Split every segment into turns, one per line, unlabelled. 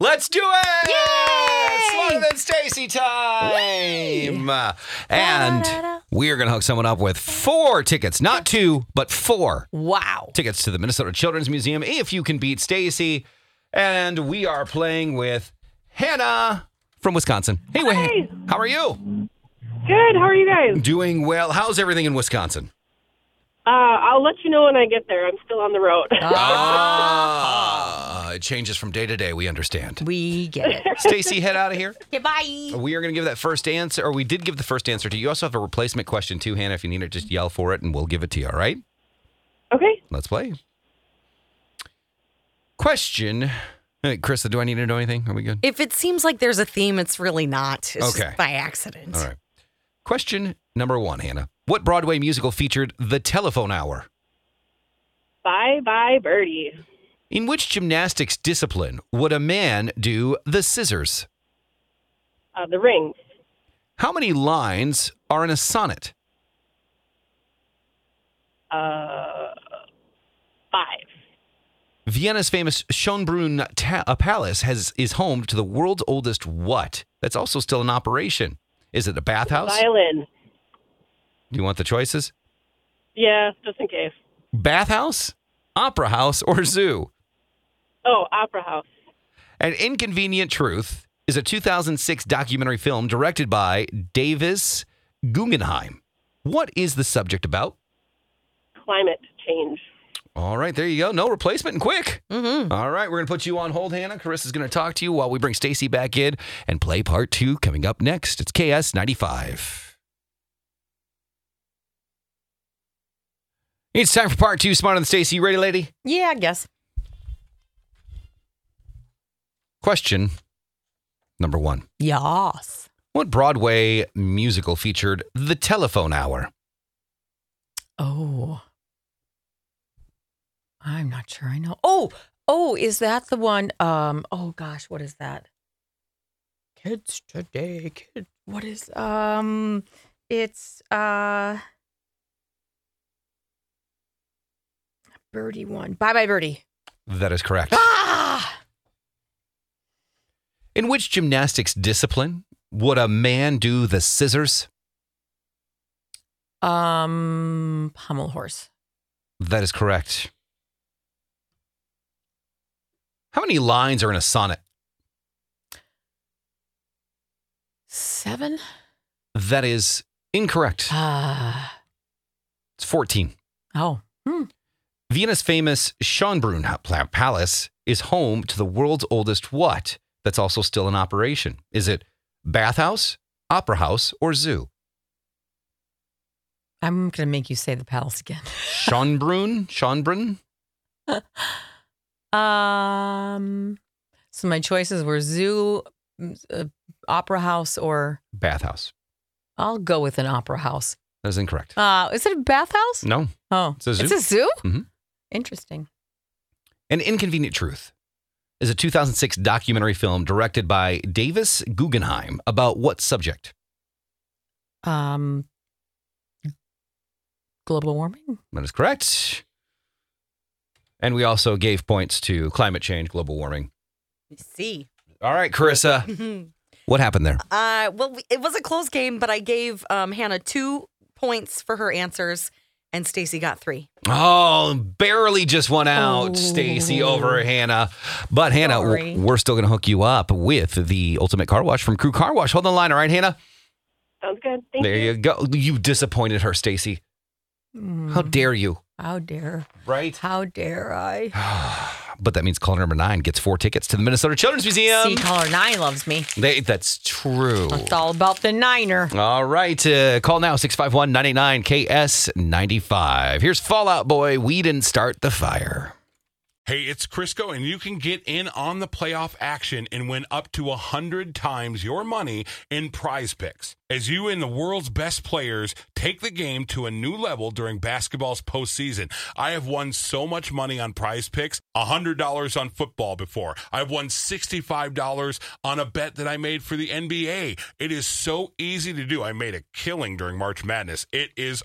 Let's do it!
Yay!
Slower than Stacy time. Uh,
Da-da-da-da.
And we are going to hook someone up with four tickets, not two, but four
Wow.
tickets to the Minnesota Children's Museum if you can beat Stacy. And we are playing with Hannah from Wisconsin. Hey, Wa-
Hi.
how are you?
Good. How are you guys?
Doing well. How's everything in Wisconsin?
Uh, I'll let you know when I get there. I'm still on the road.
Ah, it changes from day to day. We understand.
We get it.
Stacy, head out of here.
Okay, bye.
We are going to give that first answer, or we did give the first answer to you. You also have a replacement question too, Hannah. If you need it, just yell for it, and we'll give it to you. All right?
okay.
Let's play. Question, hey, Krista. Do I need to know anything? Are we good?
If it seems like there's a theme, it's really not. It's
Okay.
just by accident.
All right. Question number one, Hannah. What Broadway musical featured the telephone hour?
Bye, bye, birdie.
In which gymnastics discipline would a man do the scissors?
Uh, the ring.
How many lines are in a sonnet?
Uh, five.
Vienna's famous Schönbrunn ta- uh, Palace has is home to the world's oldest what? That's also still in operation. Is it a bathhouse? Do
Violin.
you want the choices?
Yeah, just in case.
Bathhouse, opera house, or zoo?
Oh, opera house.
An Inconvenient Truth is a 2006 documentary film directed by Davis Guggenheim. What is the subject about?
Climate change.
All right, there you go. No replacement and quick.
Mm-hmm.
All right, we're going to put you on hold, Hannah. Carissa's going to talk to you while we bring Stacy back in and play part two coming up next. It's KS 95. It's time for part two. Smarter than Stacy. You ready, lady?
Yeah, I guess.
Question number one.
Yas.
What Broadway musical featured The Telephone Hour?
Oh. I'm not sure I know. Oh, oh, is that the one? Um, oh gosh, what is that? Kids today, kid. What is um it's uh Birdie one. Bye bye birdie.
That is correct.
Ah
In which gymnastics discipline would a man do the scissors?
Um pommel horse.
That is correct. How many lines are in a sonnet?
Seven?
That is incorrect.
Ah.
It's 14.
oh. Hmm.
Vienna's famous Schönbrunn Pla- Palace is home to the world's oldest what that's also still in operation? Is it bathhouse, opera house, or zoo?
I'm gonna make you say the palace again.
Schönbrunn? Schönbrunn?
Um, so my choices were zoo, m- uh, opera house, or
Bathhouse.
I'll go with an opera house.
That is incorrect.
Uh, is it a bathhouse?
No,
Oh,
it's Mm. a zoo.
It's a zoo?
Mhm.
Interesting.
An Inconvenient Truth is a 2006 documentary film directed by Davis Guggenheim about what subject?
Um, global warming.
That is correct. And we also gave points to climate change, global warming.
See,
All right, Carissa,
uh,
what happened there?
well, it was a close game, but I gave um, Hannah two points for her answers, and Stacy got three.
Oh, barely just one out,
Oh.
Stacy over Hannah. But Hannah, w-
Sorry.
we're still going to hook you up with the Ultimate Car Wash from Crew Car Wash. Hold on the line, all right, Hannah?
Sounds good. Thank
there
you. Hmm.
you go. You disappointed her, Stacy. How dare you?
How dare?
Right?
How dare I?
But that means caller number nine gets four tickets to the Minnesota Children's
See,
Museum.
caller nine loves me.
They, that's true.
It's all about the niner.
All right. Uh, call now 651 989 KS95. Here's Fallout Boy. We didn't start the fire.
Hey, it's Crisco, and you can get in on the playoff action and win up to 100 times your money in prize picks. As you and the world's best players take the game to a new level during basketball's postseason, I have won so much money on prize picks $100 on football before. I've won $65 on a bet that I made for the NBA. It is so easy to do. I made a killing during March Madness. It is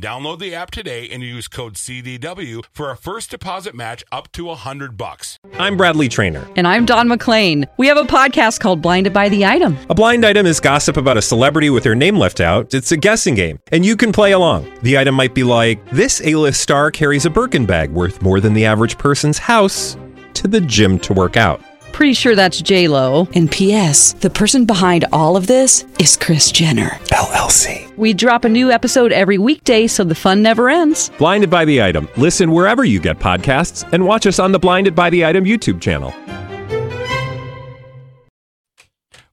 download the app today and use code CDW for a first deposit match up to 100 bucks.
I'm Bradley Trainer.
And I'm Don McClain. We have a podcast called Blinded by the Item.
A blind item is gossip about a celebrity with their name left out. It's a guessing game, and you can play along. The item might be like this: A-list star carries a Birkin bag worth more than the average person's house to the gym to work out.
Pretty sure that's J Lo.
And P.S. The person behind all of this is Chris Jenner.
LLC.
We drop a new episode every weekday, so the fun never ends.
Blinded by the item. Listen wherever you get podcasts, and watch us on the Blinded by the Item YouTube channel.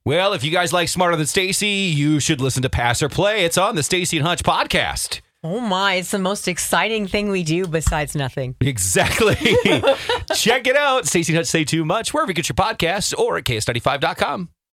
Well, if you guys like Smarter Than Stacy, you should listen to Pass or Play. It's on the Stacy and Hutch podcast.
Oh my, it's the most exciting thing we do besides nothing.
Exactly. Check it out. Stacy and Hutch say too much wherever you get your podcasts or at ks95.com.